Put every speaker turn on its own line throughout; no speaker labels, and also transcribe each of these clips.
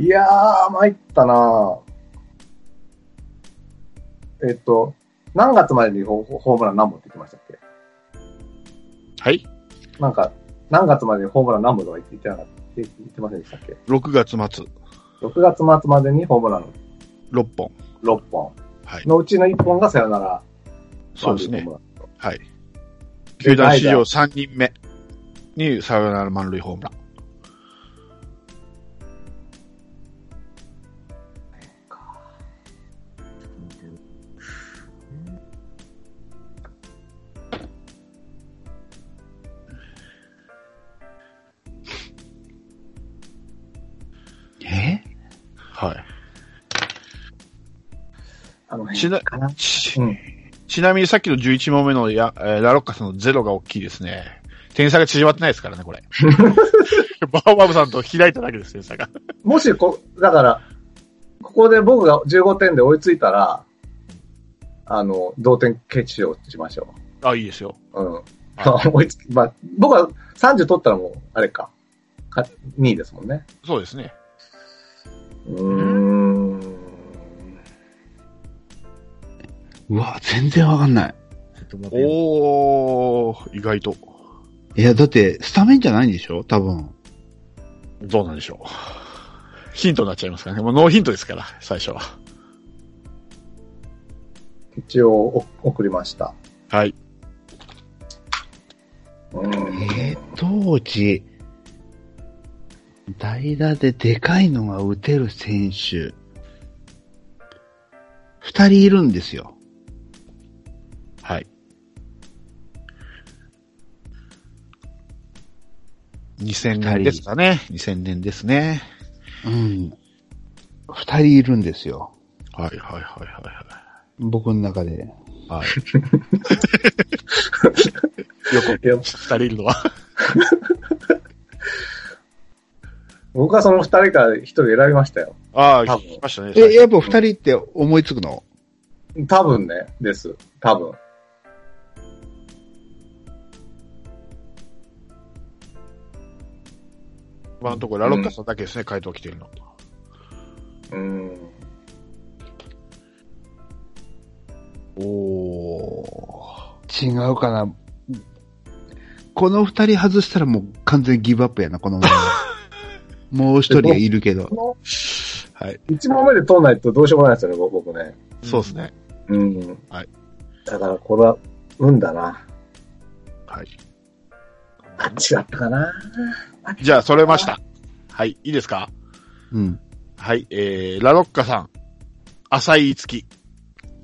いやー、参ったなぁえっと、何月までにホホームラン何本って言ってましたっけ
はい。
なんか、何月までにホームラン何本とか言ってなかった言ってませんでしたっけ
6月末、
?6 月末までにホームラン
6本。
6本
はい。
のうちの1本がさよなら。
そうですね
満。塁
はい。
え
球団史
ライダ
上
ー
3人目にサヨナラ満塁ホームラン。
え
はい。
ホームランあの
しな
辺かな。
ち
うん。
ちなみにさっきの11問目のや、えーラロッカさんのゼロが大きいですね。点差が縮まってないですからね、こ れ。バーバブさんと開いただけです、点差が。
もしこ、だから、ここで僕が15点で追いついたら、あの、同点決勝しましょ
あ、いいですよ。
う。うん。
は
追いつき、まあ、僕は30取ったらもう、あれか、か2位ですもんね。
いそうですね。
うーん。
うわ、全然わかんない。
ちょっと待ってよ。
おー、意外と。
いや、だって、スタメンじゃないんでしょ多分。
どうなんでしょう。ヒントになっちゃいますからね。もうノーヒントですから、最初は。
一応お送りました。
はい。
うー
え
ん。
ー、当時、代打ででかいのが打てる選手、二人いるんですよ。
はい。2000年ですかね。2000年ですね。
うん。二人いるんですよ。
はいはいはいは
僕の中で。
い。 はい。
よくいや
二人いるのは。
僕はその2人から1人選びましたよ。
ああ、
多分
聞きましたね。
え、やっぱ二人って思いつくの
多分ね、です。多分。
今のところラロッカさんだけですね、回答来てるの。
うーん。
お
違うかな。この二人外したらもう完全ギブアップやな、このま ま。もう一人はいるけど。
こ
ー。はい。
の1問目で取らないとどうしようもないですよね、僕僕ね。
そうですね。
うん。
はい。
だからこれは、運だな。
はい。
あっちだったかな。
じゃあ、それました。はい。いいですか
うん。
はい。えー、ラロッカさん。浅井月。
い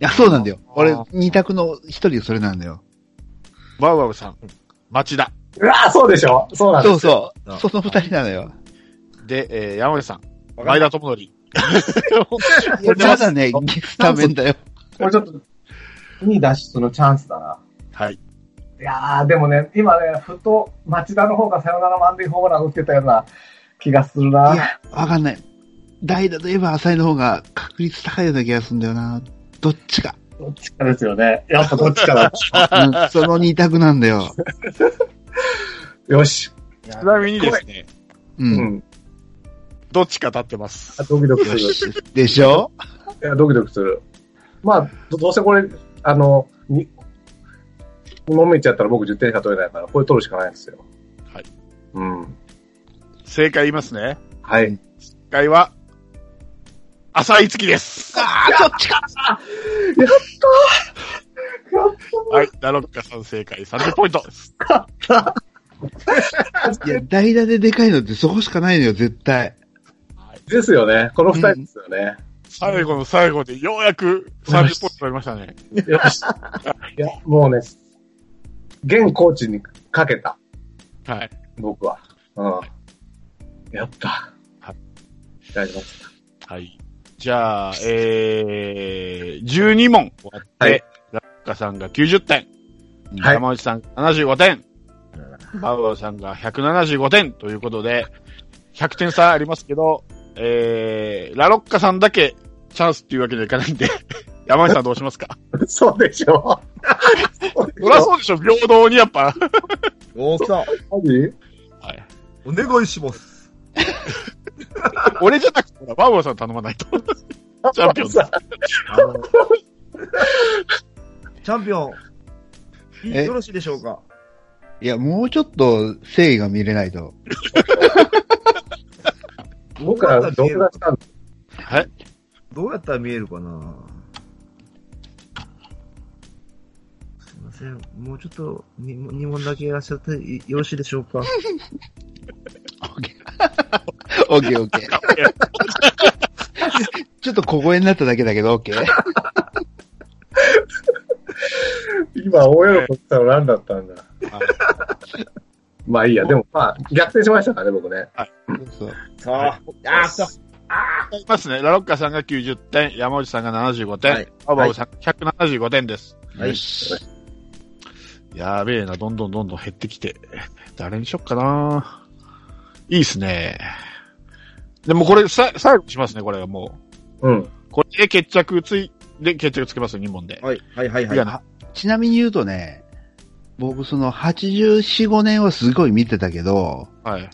や、そうなんだよ。俺
あー、
二択の一人それなんだよ。
バウバウさん。町田。
うわぁ、そうでしょそうなんです
そう
よ。
そう。その二人なのよ。
で、えー、山口さん。
わか
前
んな
田
い
智則。
いやただね、スタメンだよ。
これちょっと、2位脱出のチャンスだな。
はい。
いやー、でもね、今ね、ふと町田の方がサヨナラ満塁ホームラン打ってたような気がするな。
いや、わかんない。代打といえば浅井の方が確率高いような気がするんだよな。どっちか。
どっちかですよね。やっぱどっちかだ。
うんその二択なんだよ。
よし。
ちなみにですね、
う。
うんん。
どっちか立ってます
あ。ドキドキす
よ
る。い
し。でしょ
や、ドキドキする。まあ、どどうせこれ、あの、に、2問目いっちゃったら僕10点しか取れないから、これ取るしかないんですよ。
はい。
うん。
正解言いますね。
はい。
正解は、浅井月です。
ああ、そっちか
はい。ラロッカさん正解30ポイントです。
いや、代打ででかいのってそこしかないのよ、絶対。
ですよね。この2人ですよね。
最後の最後でようやく30ポイント取りましたね。
よし。 いや、もうね、現コーチにかけた。
はい。
僕は。うん。やった。
はい。
大丈夫。
はい。じゃあ、えー、12問終わって、
はい
ラッカさんが90点、
はい
山内さんが75点、バウアーさんが175点ということで、100点差ありますけど、えー、ラロッカさんだけチャンスっていうわけにはいかないんで、 山内さんどうしますか
そうでしょ。
そりゃそうでしょ、平等にやっぱ。
大木さん、
何
はい。
お願いします。
俺じゃなくて、ほらバーボーさん頼まないと。チャンピオンだ。
あのチャンピオン、
え
よろしいでしょうか
いや、もうちょっと誠意が見れないと。
僕は録画したんです。
はい。
どうやったら見えるかなすいません。もうちょっとに、2問だけいらっしゃっていよろしいでしょうか
オッケーオッケー。 ちょっと小声になっただけだけど、オッケー。
今、大喜びしたの何だったんだ。まあいいや、でもまあ、逆転しましたからね、僕ね。
そう
さあ、あーそう。
いますね。ラロッカさんが90点、山内さんが75点、
はい
バーボーさんが175点です。
はい
よし。
やべえな、どんどんどんどん減ってきて。誰にしよっかないいっすね。でもこれ、さ、最後にしますね、これはも
うん。
う。これで決着つい、で、決着つけますよ、2問で。
はい、はい、はい、はい
いやな。
ちなみに言うとね、僕その84、5年はすごい見てたけど、
はい。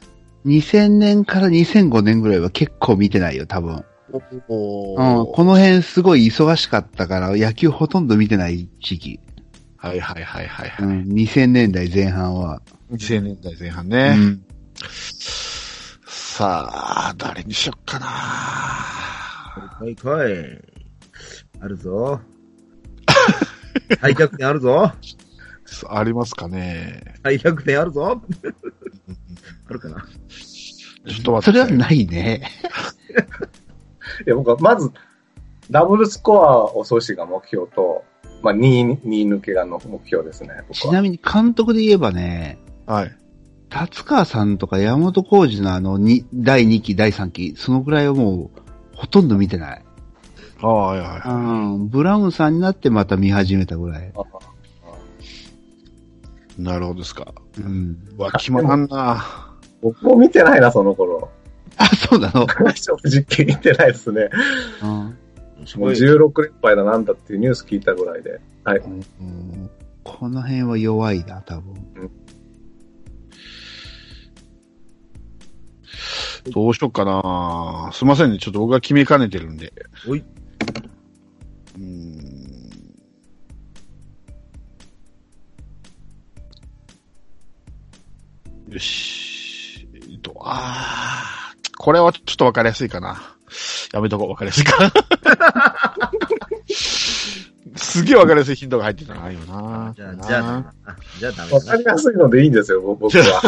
2000年から2005年ぐらいは結構見てないよ、多分。
お
うん、この辺すごい忙しかったから、野球ほとんど見てない時期。
はいはいはいはいは
う
い。
ん、2000年代前半は。
2000年代前半
う
ね。
ん。
さあ、誰にしよっかな
はい、はい。あるぞ。 大逆転あるぞ。
ありますかね
大逆転あるぞ。 あるかな。
ちょっと待
そ
って
れはないね。
いや、僕はまず、ダブルスコアを阻止が目標と、まあ、2位、二位抜けがの目標ですね、
ち
僕
な
は。
みに監督で言えばね、
はい。
達川さんとか山本浩二のあのに第2期、第3期、そのぐらいはもう、ほとんど見てない。
ああ、はいはい。
うん、ブラウンさんになってまた見始めたぐらい。
なるほどですか。
うん。
うわ、決まらんな
僕も見てないな、その頃。
あ、そうなの。
正直見てないですね。
うん
もう16連敗だなんだっていうニュース聞いたぐらいで。はい。
うんこの辺は弱いな、多分。
どうしよっかなすいませんね。ちょっと僕が決めかねてるんで。
おいう
ーん。よし。えっと、あーこれはちょっとわかりやすいかな。やめとこう、わかりやすいか。 すげえわかりやすいヒントが入ってたな、今な。
じゃあ、じゃあ、あじゃあダメ
わ
だ
か
な
り。やすいのでいいんですよ、僕僕 は。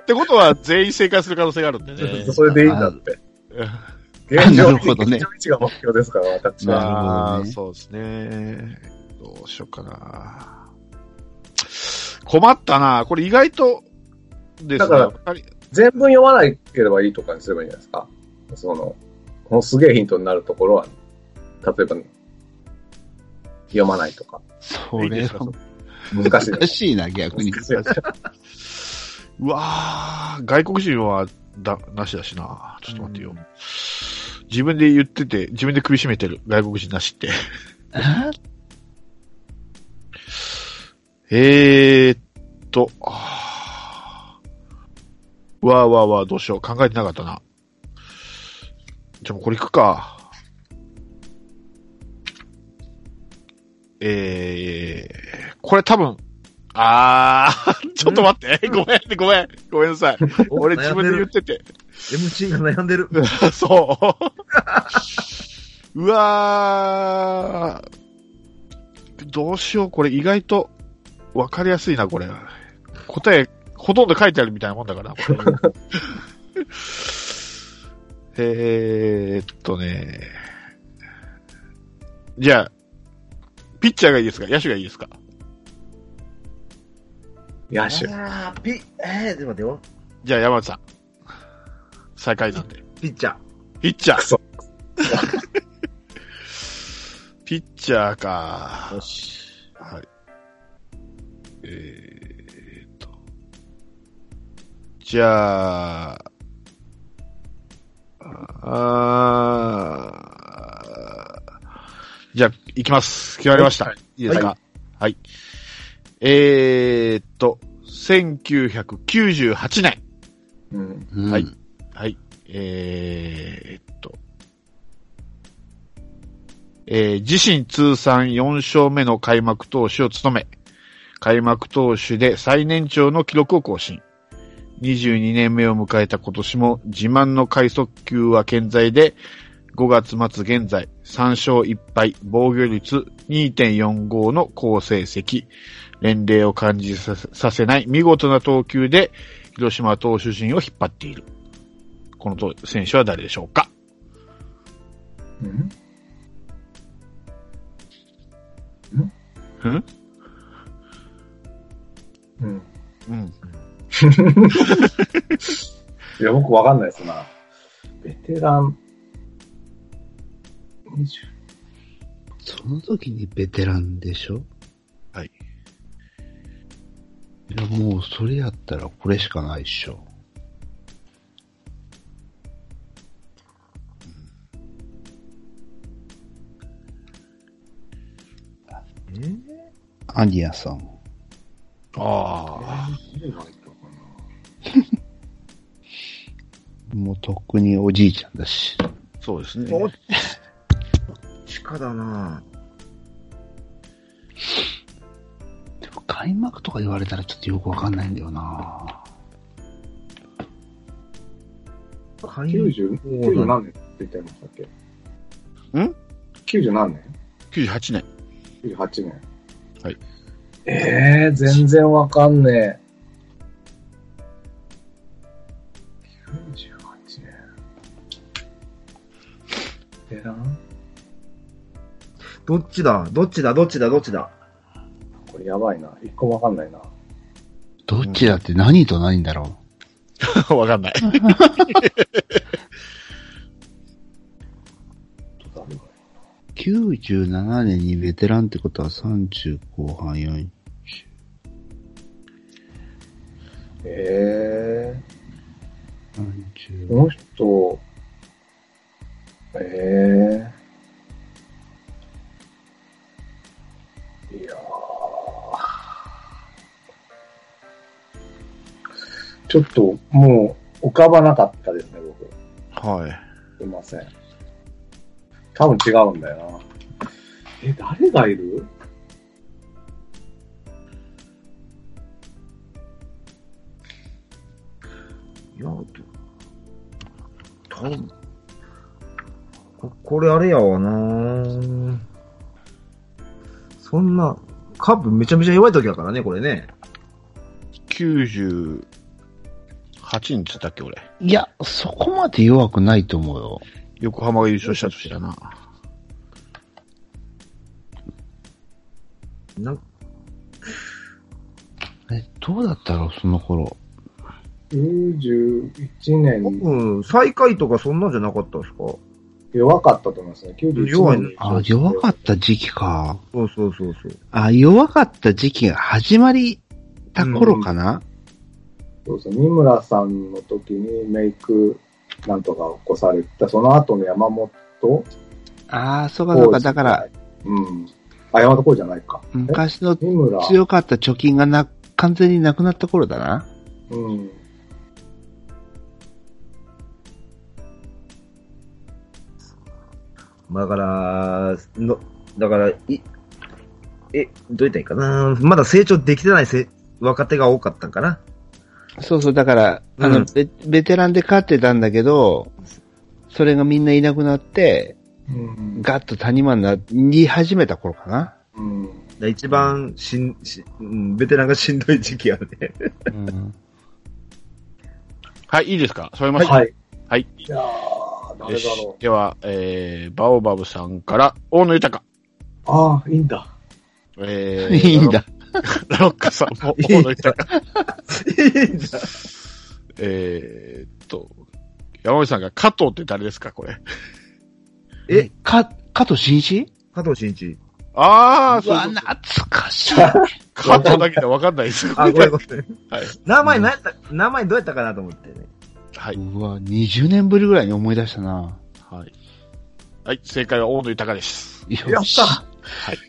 ってことは、全員正解する可能性があるんでね。
それでいいんだって。
あ
現状
なるほどね
現状位置が目標ですから、私は。
ま
な
あ、
るほどね
そうですね。どうしようかな。困ったな。これ意外とです
だ
ね。
から
わかり
全文読まなければいいとかにすればいいんじゃないですか。その、もうすげえヒントになるところは、例えば、読まないとか。
そ
いいで
れ
すか
は
そ
難しい
難しいな、逆に。
うわー外国人はだ、なしだしな。ちょっと待ってよ。自分で言ってて、自分で首絞めてる。外国人なしって。
あ
えーっと、あーわーわーわー、どうしよう。考えてなかったな。じゃあもうこれいくか。えー、これ多分、あー、 ちょっと待って。ごめん、ごめん。ごめんなさい。俺自分で言ってて。
MC が悩んでる。
そう。 うわー。どうしよう、これ意外と分かりやすいな、これ。答え、ほとんど書いてあるみたいなもんだから、これ えーっとね。じゃあ、ピッチャーがいいですか野手がいいですか
野手。
あー、ピ、えー、ちょっと待ってよ。
じゃあ、山内さん。最下位なんで。
ピッチャー。
ピッチャー。
クソ
ピッチャーか。
よし。
はい。えーっと。じゃあ、あーじゃあ、行きます。決まりました。、
はい
いですか、はい、えーっと、1998年。
うん。
うん
はいはい。えーえっと、えー自身通算4勝目の開幕投手を務め、開幕投手で最年長の記録を更新。22年目を迎えた今年も自慢の快速球は健在で、5月末現在3勝1敗、防御率2.45の好成績。年齢を感じさせさせない見事な投球で、広島投手陣を引っ張っている。このと選手は誰でしょうか
うん
ん
うん。
うん。
いや、僕わかんないですな。ベテラン。20
その時にベテランでしょ
はい。
いや、もうそれやったらこれしかないっしょ。
えー
アニアさん。
ああ。
もうとっくにおじいちゃんだし。
そうですね。
どっちかだな
でも開幕とか言われたらちょっとよくわかんないんだよな
ぁ。
90? 90何年って言ってましたっけ
ん
?90 何年
98年。
?98 年。
はい。
ええー、全然わかんねえ。98年。ベテラン
どっちだどっちだどっちだどっちだ
これやばいな。一個もわかんないな。
どっちだって何と何だろ
わかんない。
誰が
う。97年にベテランってことは30後半4。
ええー、こ
40
の人、ええー。いやーちょっと、もう、浮かばなかったですね、僕。
はい。
すいません。多分違うんだよな。え、誰がいる
いや、ど多分ここれあれやわなぁそんな、カープめちゃめちゃ弱い時だからね、これね。
98年って言ったっけ、俺。
いや、そこまで弱くないと思うよ。
横浜が優勝した年だな。
なん
え、どうだったろう、その頃。
?91年に
うん、最下位とかそんなんじゃなかったですか
弱かったと思いますね。91
弱い
年
ね
に。
あ、弱かった時期か。
そうそうそうそう。
あ、弱かった時期が始まりた頃かな、
そうそう、三村さんの時にメイクなんとか起こされた、その後の山本
ああ、そうかそうか。だから、、
うん。あ、山本浩二じゃないか。え
昔の
三村、
強かった貯金がな、完全になくなった頃だな。
うん。
まあだから、の、だから、い、え、どう言ったらいいかなまだ成長できてないせ若手が多かったんかな
そうそう、だから、あの、
うん
ベベテランで勝ってたんだけど、それがみんないなくなって、
うん。
ガッと谷間になり始めた頃かな。
うん。
で一番しん、し、うん、ベテランがしんどい時期やね。
うん、
はい、いいですかそれました。
はい。
はい。
いやー、誰
よ
だ
し
ろう。
では、えー、バオバブさんから、大野豊。
ああ、いいんだ。
えー、
いいんだ。
ラロッカさんも、大野豊。
いいんだ
えーっと、山口さんが加藤って誰ですか、これ。
え、
か、加藤新一
加藤慎一。
ああ、
う
そう
わ、
そう。
懐かしい。
加藤だけでわかんないですよ。
あ、ごめんごめん。
はい。
名前何やった、名前どうやったかなと思ってね。
はい。
うわ、20年ぶりぐらいに思い出したな。
はい。はい、正解は大野豊です。
よし
やっ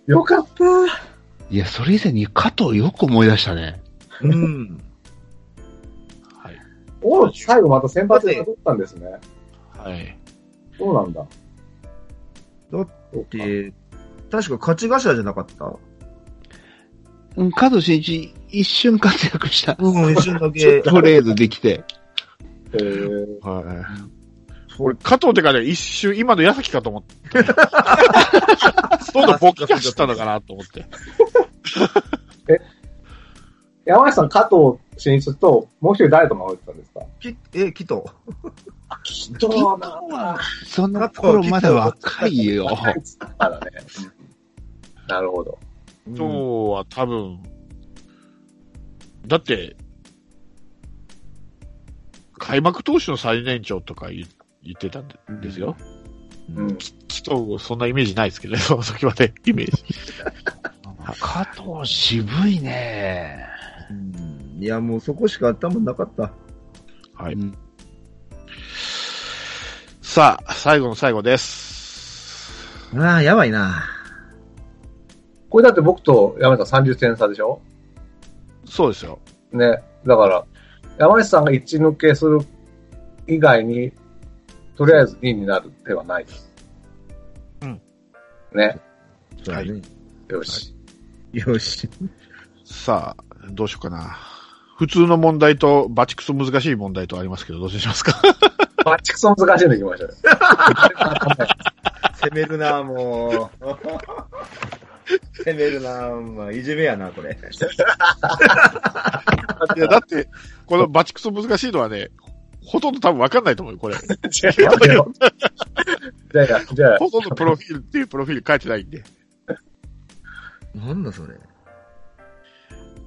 よかった。
いや、それ以前に加藤よく思い出したね。
うん。
はい。
おう最後また先発で取ったんですね。
はい。
そうなんだ。
だって
そうか
で、確か勝ち頭じゃなかった
うん、加藤慎一、一瞬活躍した。
うん、一瞬だけ。
トレードできて。
へー
はい。俺、加藤ってかね、一瞬、今の矢崎かと思って。 ストーンボッキャしたのかなと思って。
山内さん、加藤進一と、もう一人誰と守ってたんですか
きえ、きと。
きっ
と
な
その頃まだ若いよ。
っつったらね。うん なるほど。
今日は多分、だって、開幕投手の最年長とか言言ってたんですよ。
うん。
ちょっとそんなイメージないですけどね、そ の時までイメージ。
加藤渋いね。
うんいや、もうそこしか頭なかった。
はい。
うん
さあ、最後の最後です。
ああ、やばいな。
これだって僕と山内さん30点差でしょ
そうですよ。
ね。だから、山内さんが1抜けする以外に、とりあえず2になる手はないです。
うん。
ね。
そうだね
よし。
よし。
さあ、どうしようかな。普通の問題と、バチクソ難しい問題とありますけど、どうしますか
バッチクソ難しいのいきましょうよ。
攻めるな、もう。攻めるな、まあ、いじめやな、これ。
いや、だって、このバチクソ難しいのはね、ほとんど多分わかんないと思うよ、これ。
違うよ。 じゃあ、じゃあ、
ほとんどプロフィールっていうプロフィール書いてないんで。
なんだそれ。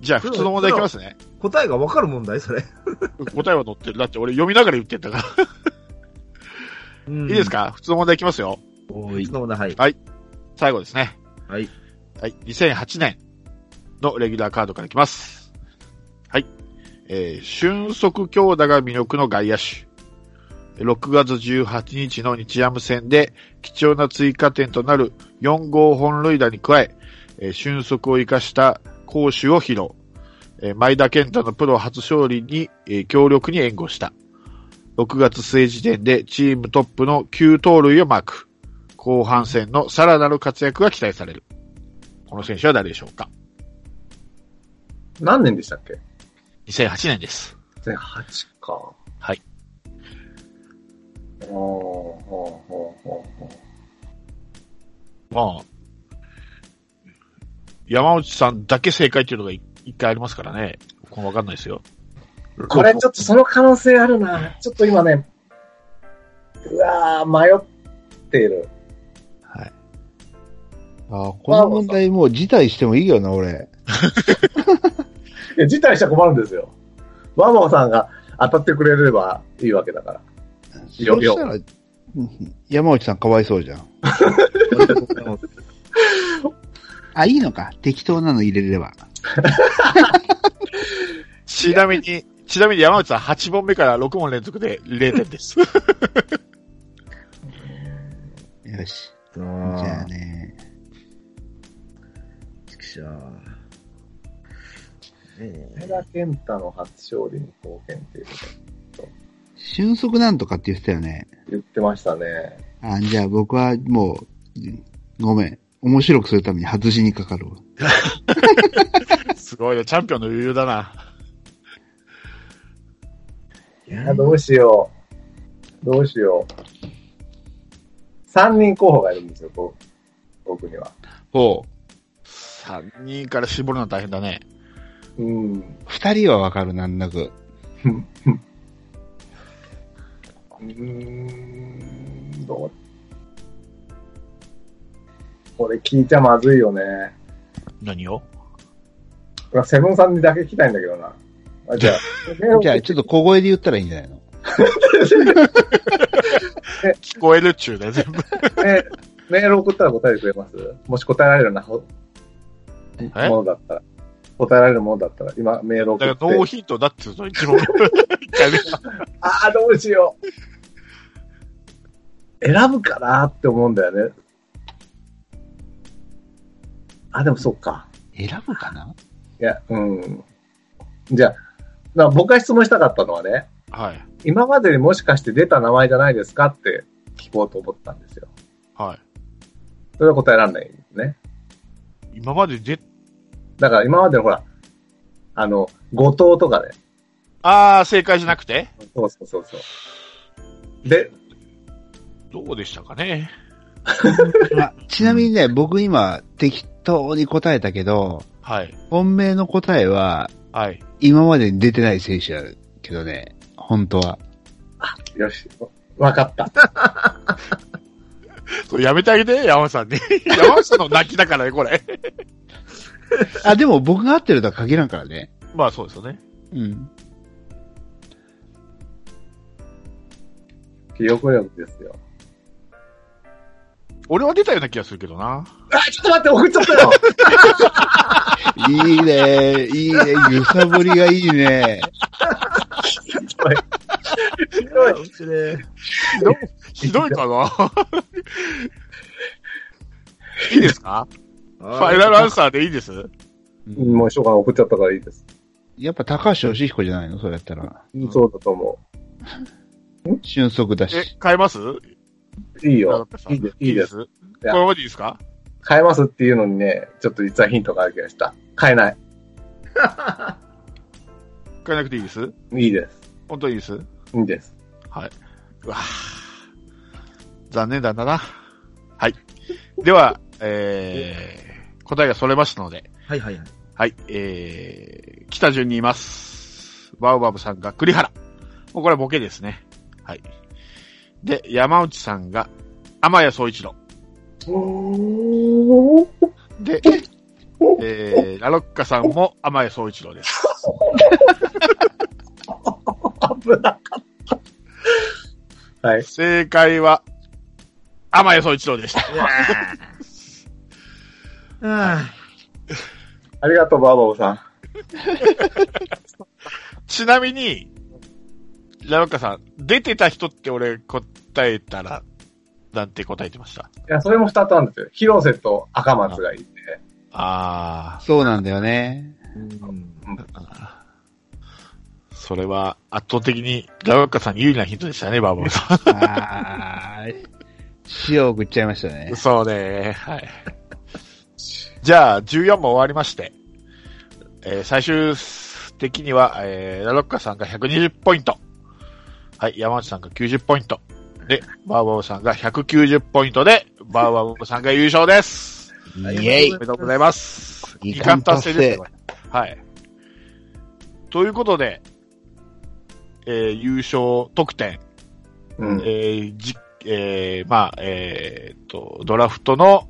じゃあ、普通の問題いきますね。
答えがわかる問題それ。
答えは載ってる。だって俺読みながら言ってんだから。
い
いいですか普通の問題いきますよ。
おい
そ。の問題はい。
最後ですね。
はい。
はい。2008年のレギュラーカードからいきます。はい。えー、俊足強打が魅力の外野手。6月18日の日ハム戦で貴重な追加点となる4号本塁打に加え、えー俊足を生かした攻守を披露。えー前田健太のプロ初勝利に、えー強力に援護した。6月末時点でチームトップの9盗塁をマーク。後半戦のさらなる活躍が期待される。この選手は誰でしょうか
何年でしたっけ
?2008 年です。
?2008 か。
はい。
ほうほうほうほうほ
まあ、山内さんだけ正解っていうのがい一回ありますからね。これわかんないですよ。
うこれちょっとその可能性あるな。ちょっと今ね、うわー、迷っている。
あこの問題もう辞退してもいいよな、俺。
いや、辞退したら困るんですよ。ワンモンさんが当たってくれればいいわけだから。よ
そしたら、うん山内さんかわいそうじゃん。あ、いいのか。適当なの入れれば。
ちなみに、ちなみに山内さん8本目から6問連続で0点 です。
よし。
じ
じゃ
ゃ
あね。
くしょうね
前田健太の初勝利に貢献っていうこ
俊足なんとかって言ってたよね。
と言ってましたね。
あ、じゃあ僕はもう、うんごめん。面白くするために外しにかかるわ。
すごいね。チャンピオンの余裕だな。
えい
い
や
やどうしよう。どうしよう。3人候補がいるんですよ、僕僕には。
ほう。3人から絞るのは大変だね。
うん。
二人はわかる、なんなく。
うーん、どうこれ聞いちゃまずいよね。
何を
これセブンさんにだけ聞きたいんだけどな。あ じゃあ、
じゃあ、ちょっと小声で言ったらいいんじゃないの
聞こえるっちゅう ね、全部。
メメール送ったら答えてくれますもし答えられるようなほ
え
ものだったら。答えられるものだったら、今メール送
だ
っ
からノー
て。
ヒントだって言うの 一問目。一回目。
ああ、どうしよう。選ぶかなって思うんだよね。あ、でもそっか。
選ぶかない
や、うん。じゃあ、だから僕が質問したかったのはね、
はい。
今までにもしかして出た名前じゃないですかって聞こうと思ったんですよ。
は
それは答えられないんですね。
い。今までで、
だから今までのほら、あの、後藤とかで。
あー、正解じゃなくて
そうそうそうそう。で、
どうでしたかね
あちなみにね、僕今適当に答えたけど、
はい。
本命の答えは、
はい。
今までに出てない選手だけどね、本当は。
よし、わかった。
これやめてあげて、山本さん に。山本さんの泣きだからね、これ。
あ、でも僕が合ってるとは限らんからね。
まあそうですよね。
うん。
記憶力ですよ。
俺は出たような気がするけど
あ、
な。
ちょっと待って、送っちゃったよ
いいね、いいね、揺さぶりがいいね。
ひどい。失礼。
ひどいかな いいですか
フ
ファイナルアンサーでいいです
う ん
もう一生懸命送っちゃったからいいです。
やっぱ高橋義彦じゃないのそうやったら。
そうだと思
俊足だ
え
し。、
変えます
う。いい
長
よ
田。さん
いいです。いいです。
こ
いや
のままでいいですか
変えますっていうのにね、ちょっと実はヒントがある気がした。変えない。
変えなくていいです
いいです。
本当にいいですう
いいです。
わぁ残念だったな。はい。では、えー、答えがそれましたので、
はいはいはい。
はい、えー、来た順にいます。バウバブさんが栗原。もうこれはボケですね。はい。で、山内さんが天谷総一郎。で、えー、ラロッカさんも天谷総一郎です。
はい。
正解は、天谷総一郎でした。
あ
ありがとう、バーボーさん。
ちなみに、ラロッカさん、出てた人って俺答えたら、なんて答えてました。
いや、それも二つあるんですよ。広瀬と赤松がいて。
あ
そうなんだよね。
あ。うん
あ。それは圧倒的にラロッカさんに有利なヒントでしたね、バーボンさ
あー塩を送っちゃいましたね
ん。。そうね。はい。じゃあ、14も終わりまして、えー最終的には、えーラロッカさんが120ポイント。はい、山内さんが90ポイント。で、バーバブさんが190ポイントで、バーバブさんが優勝です。
イ
はい
ェイ
おめでとうございます。
二
二
冠
冠
達
達
成
成です
で
すね。
ね
はい。ということで、えー優勝得点、
うん。
えーじ、えーまあ、えーっと、ドラフトの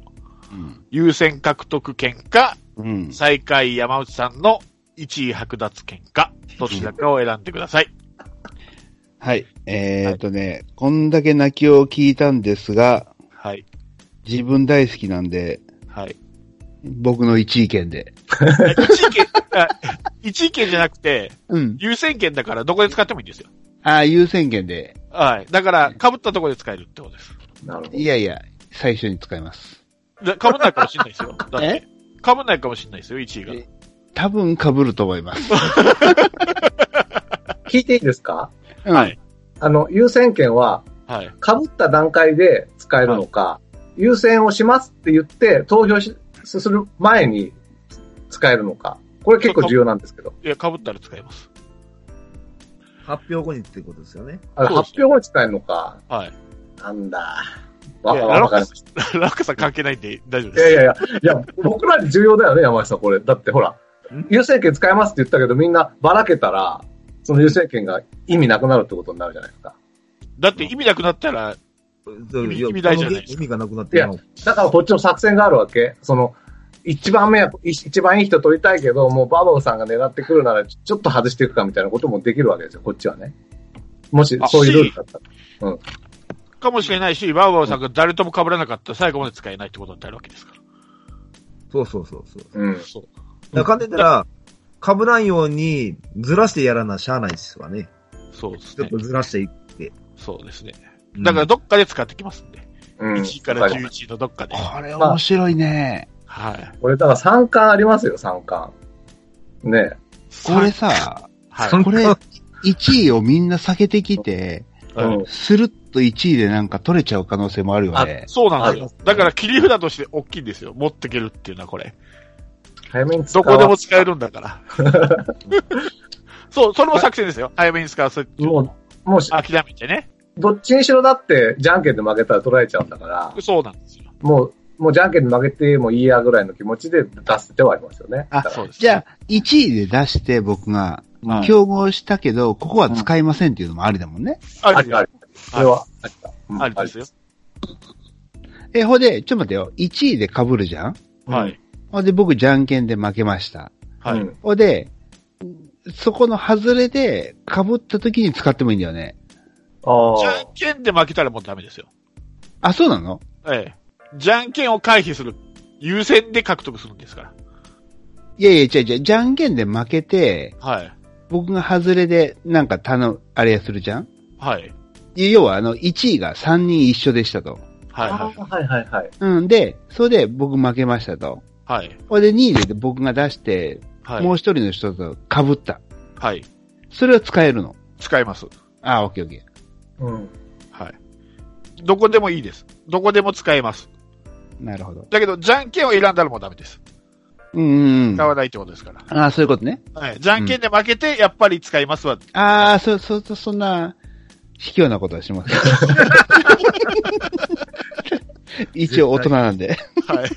うん
優先獲得権か、
うん。
最下位山内さんの1位剥奪権か、どちらかを選んでください。
はい。えーっとね、こんだけ泣きを聞いたんですが、
はい。
自分大好きなんで、
はい。
僕の一意見で。
1位権、あ一位権じゃなくて、
うん。
優先権だからどこで使ってもいいんですよ。
ああ、優先権で。
はい。だから、被ったところで使えるってことです。
なるほど。
いやいや、最初に使います。
で被んないかもしれないですよ。だっ
え
て。被んないかもしれないですよ、1位が
え。多分被ると思います。
聞いていいですか
うん
はい。
あの、優先権は、
はい。
被った段階で使えるのか、優先をしますって言って、投票しする前に使えるのか。これ結構重要なんですけど。
いや、被ったら使います。
発表後にってことですよね。
あれ
そう
発
です
表後に使えるのか。
はい。
なんだ。
い
わ
や
かわかりました。
ラッカさん関係ないんで大丈夫
いや
で
い
す。
やいや、いや、僕らに重要だよね、山下さん、これ。だってほら
ん、
優先権使えますって言ったけど、みんなばらけたら、その優先権が意味なくなるってことになるじゃないですか。
だって意味なくなったら、
意
味意味ないじゃないです
意
か
味がなくなってるの。
だからこっちの作戦があるわけ。その、一番目は、い一番いい人取りたいけど、もうババオさんが狙ってくるなら、ちょっと外していくかみたいなこともできるわけですよ、こっちはね。もし
あ、
そういうルールだったら。
かもしれないし、バウバウさんが誰とも被らなかったら最後まで使えないってことになるわけですか
そうそうそうそう。
うん
ら。。そう。
だから言ったら、被らんようにずらしてやらなしゃあないですわね。
そうです
ちょっ
ね
と。ずらしていく。
そうですね。だからどっかで使ってきますんで。
うん。
1位から11位のどっかで。
これ面白いね。
はい。
これ、だから3巻ありますよ、3巻。ねえ
これさ、
はい。
そん
これ、 1位をみんな避けてきて、
うん
スルッと1位でなんか取れちゃう可能性もあるよね。
そうなんですよ。
あ
だから切り札として大きいんですよ。持っていけるっていうのはこれ。
早めに使
ど
う
こでも使えるんだから。そう、それも作戦ですよ。早めに使わせて。
もう、もうし、
諦めてね。
どっちにしろだって、じゃんけんで負けたら取られちゃうんだから、
そうなんですよ。
もう、もうじゃんけんで負けてもいいやぐらいの気持ちで出せてはいますよね。
あ
そうです。
じゃあ、1位で出して僕が、
うん
競合したけど、ここは使いませんっていうのもありだもんね。
あ、
あ
あ
りあり。それは、ありだ。うん
ありですよ。。
え、ほんで、ちょっと待ってよ。1位で被るじゃん
は
あり
い。
ほんで、僕、じゃんけんで負けました。
は
う
い。
ん
ほんで、そこの外れで、被った時に使ってもいいんだよね。
あ
じゃ
あ
ん。けんで負けたらもうダメですよ。
あ、そうなの
ええ。じゃんけんを回避する。優先で獲得するんですから。
いやいや、違う違う。じゃんけんで負けて、
はい。
僕が外れで、なんか頼む、あれするじゃん
はい。
要は、あの、1位が3人一緒でしたと。
はい。はい。
あーはいはいはい。
うんで、それで僕負けましたと。
はい。
ほんで、2位で僕が出して、
はい。
もう一人の人と被った。
はい。
それは使えるの。
使います。
あ、オッケーオッケ
うん。
はい。どこでもいいです。どこでも使えます。
ー。なるほど。
だけど、じゃんけんを選んだらもうダメです。
うんうんうん。
使わ
あ
ないってことですから。
あ、そういうことね。
はい。じゃんけんで負けて、やっぱり使います わ。
ああ、そ、そ、そ、そんな、卑怯なことはしま せん。一応大人なんで。
はい。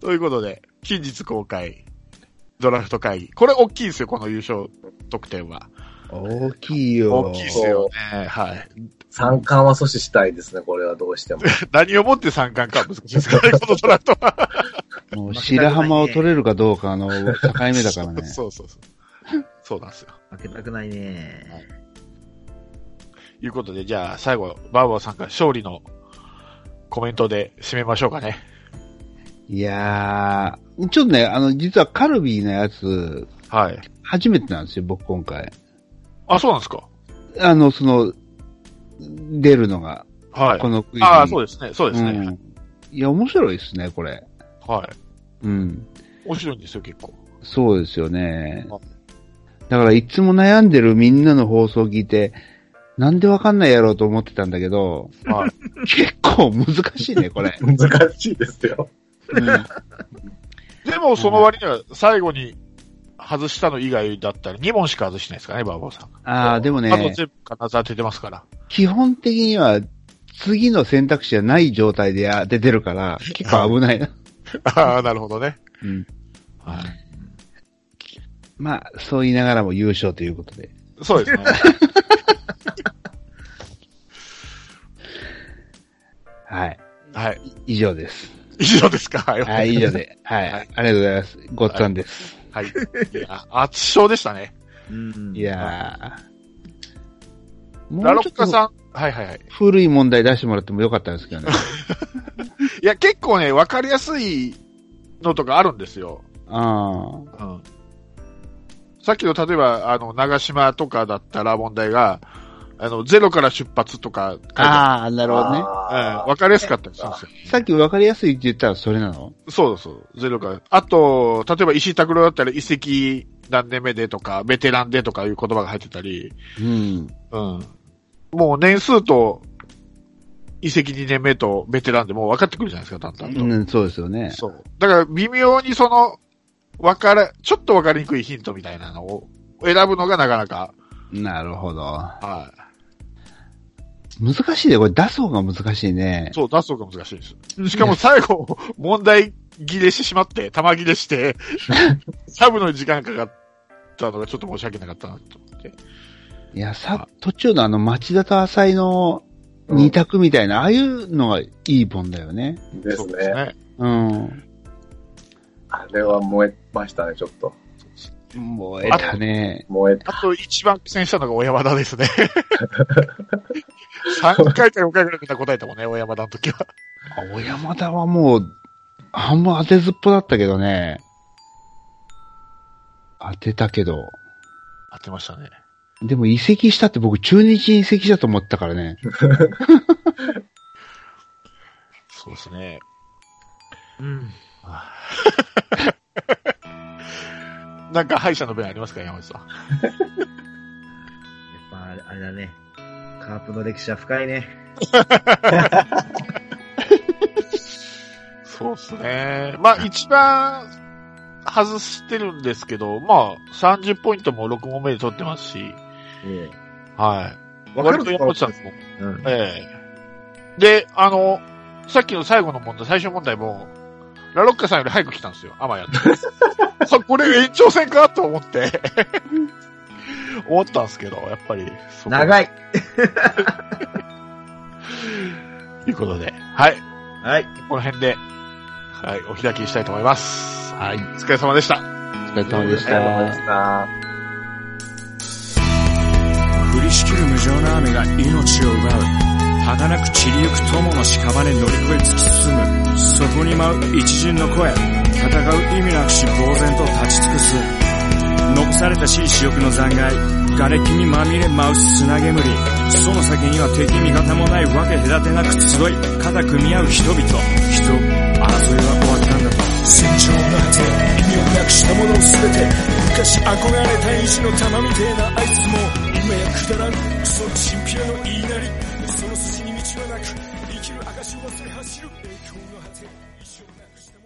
ということで、近日公開、ドラフト会議。これ大きいですよ、この優勝得点は。
大きいよ。
大きいですよね。はい。
三冠は阻止したいですね、これはどう しても。。
何をもって三冠か難しいです からね、このドラフトは。。
もう白浜を取れるかどうかの境目だからね
そうそうそう。そうなんですよ。
負けたくないね。
いうことで、じゃあ最後、バーバーさんから勝利のコメントで締めましょうかね。
いやー、ちょっとね、あの、実はカルビーのやつ、
はい。
初めてなんですよ、僕今回。
あ、そうなんですか
あの、その、出るのが、
はい
こ。のクイズに。
ああ、そうですね。そうですね。
うんいや、面白いですね、これ。
は
うん。
い。面白いんですよ、結構。
そうですよね
あ。
だから、いつも悩んでるみんなの放送を聞いて、なんでわかんないやろうと思ってたんだけど、
はい。
結構難しいね、これ
難しいですよ。
うん
でも、その割には、最後に外したの以外だったら、2問しか外してないですからね、バーバーさん。
ああ、でもね。
あと全部必ず当ててますから。
基本的には、次の選択肢じゃない状態であ出てるから、結構危ないな。
ああ、なるほどね。
うん。
はい。
まあ、そう言いながらも優勝ということで。
そうですね。
はい。
はい。
以上です。
以上ですか。 はい。
はい、以上で。はい。
は
あ
い
りがとうございます。ごっつぁんです。
はい。いや、圧勝でしたね。
うん
い、やー。も
ラロッカ
ん。
さん。はいはいはい。
古い問題出してもらってもよかったんですけど ね。
いや、結構ね、わかりやすいのとかあるんですよ。
ああ。
うん。さっきの、例えば、あの、長島とかだったら問題が、あの、ゼロから出発とか書いてあ
ああ、なるほどね。
る、うん、
あ
わかりやすかったりするんですよ。
さっき分かりやすいって言ったらそれなの
そうそう、ゼロから。あと、例えば石拓郎だったら、遺跡何年目でとか、ベテランでとかいう言葉が入ってたり、
うん。
うん。もう年数と、遺跡2年目とベテランでもう分かってくるじゃないですか、だんだんと。
うん、そうですよね。
そう。だから微妙にその、分から、ちょっと分かりにくいヒントみたいなのを選ぶのがなかなか、
なるほど。
は
難しいね。これ出す方が難しいね
い。。そう、出すのが難しいです。しかも最後、問題切れしてしまって、玉切れして、サブの時間かかったのがちょっと申し訳なかったなと思って。
いや、さ、途中のあの、町田と浅井の二択みたいな、ああいうのがいい本だよね。
ーで
そ
す
う
ね。
ね。
うん。
あれは燃えましたね、ちょっと。
燃えたね。
燃えた。
あと一番苦戦したのが小山田ですね。3回か4回くらいみんな答えたもんね、小山田の時は。
青山田はもう、半分当てずっぽだったけどね。当てたけど。
当てましたね。
でも移籍したって僕中日に移籍したと思ったからね。
そうですね。
うん。
なんか歯医者の弁ありますか、山内さん。
あれ、あれだね。カープの歴史は深いね。
そうですね。まあ、一番外してるんですけど、まあ、30ポイントも6問目で取ってますし、
え
はい。
え。わかる
割と山内さんも。
うん。
ええで、あの、さっきの最後の問題、最終問題も、ラロッカさんより早く来たんですよ、アマヤって。 そうこれ延長戦かと思って、 思ったんですけど、やっぱり、そこ
長い。
ということで、はい。
はい。
この辺で、はい、お開きしたいと思います。はい、お疲れ様でした。
お疲れ様でし
ありがとうござい
た
ま。した。
降りしきる無情な雨が命を奪う儚く散りゆく友の屍乗り越え突き進むそこに舞う一陣の声戦う意味なくし呆然と立ち尽くす残されたしい死翼の残骸瓦礫にまみれ舞う砂煙その先には敵味方もないわけ隔てなく集い肩組み合う人々人争いは終わったんだ戦場の果て意味をなくしたもの全て昔憧れた意地の玉みてえなあいつも今やくだらんクソチンピラの言いなりその筋に道はなく生きる証を忘れ走る栄光の果て意地をなくした者